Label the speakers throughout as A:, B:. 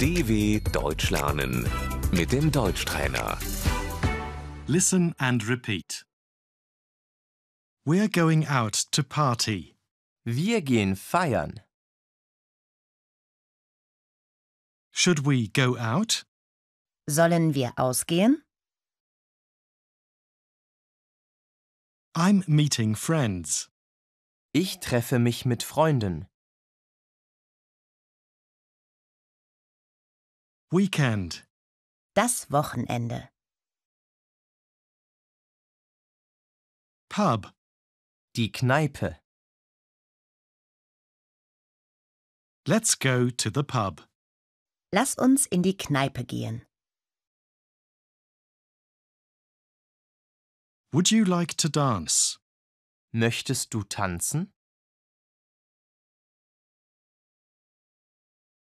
A: DW Deutsch lernen mit dem Deutschtrainer.
B: Listen and repeat. We're going out to party.
C: Wir gehen feiern.
B: Should we go out?
D: Sollen wir ausgehen?
B: I'm meeting friends.
C: Ich treffe mich mit Freunden.
B: Weekend.
D: Das Wochenende.
B: Pub.
C: Die Kneipe.
B: Let's go to the pub.
D: Lass uns in die Kneipe gehen.
B: Would you like to dance?
C: Möchtest du tanzen?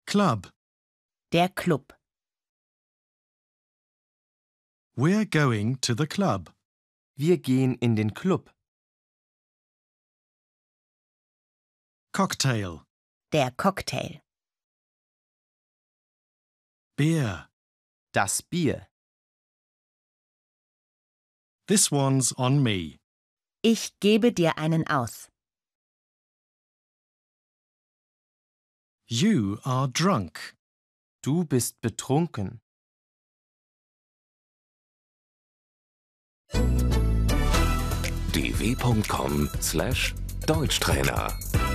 B: Club.
D: Der Club.
B: We're going to the club.
C: Wir gehen in den Club.
B: Cocktail.
D: Der Cocktail.
B: Beer.
C: Das Bier.
B: This one's on me.
D: Ich gebe dir einen aus.
B: You are drunk.
C: Du bist betrunken.
A: dw.com/deutschtrainer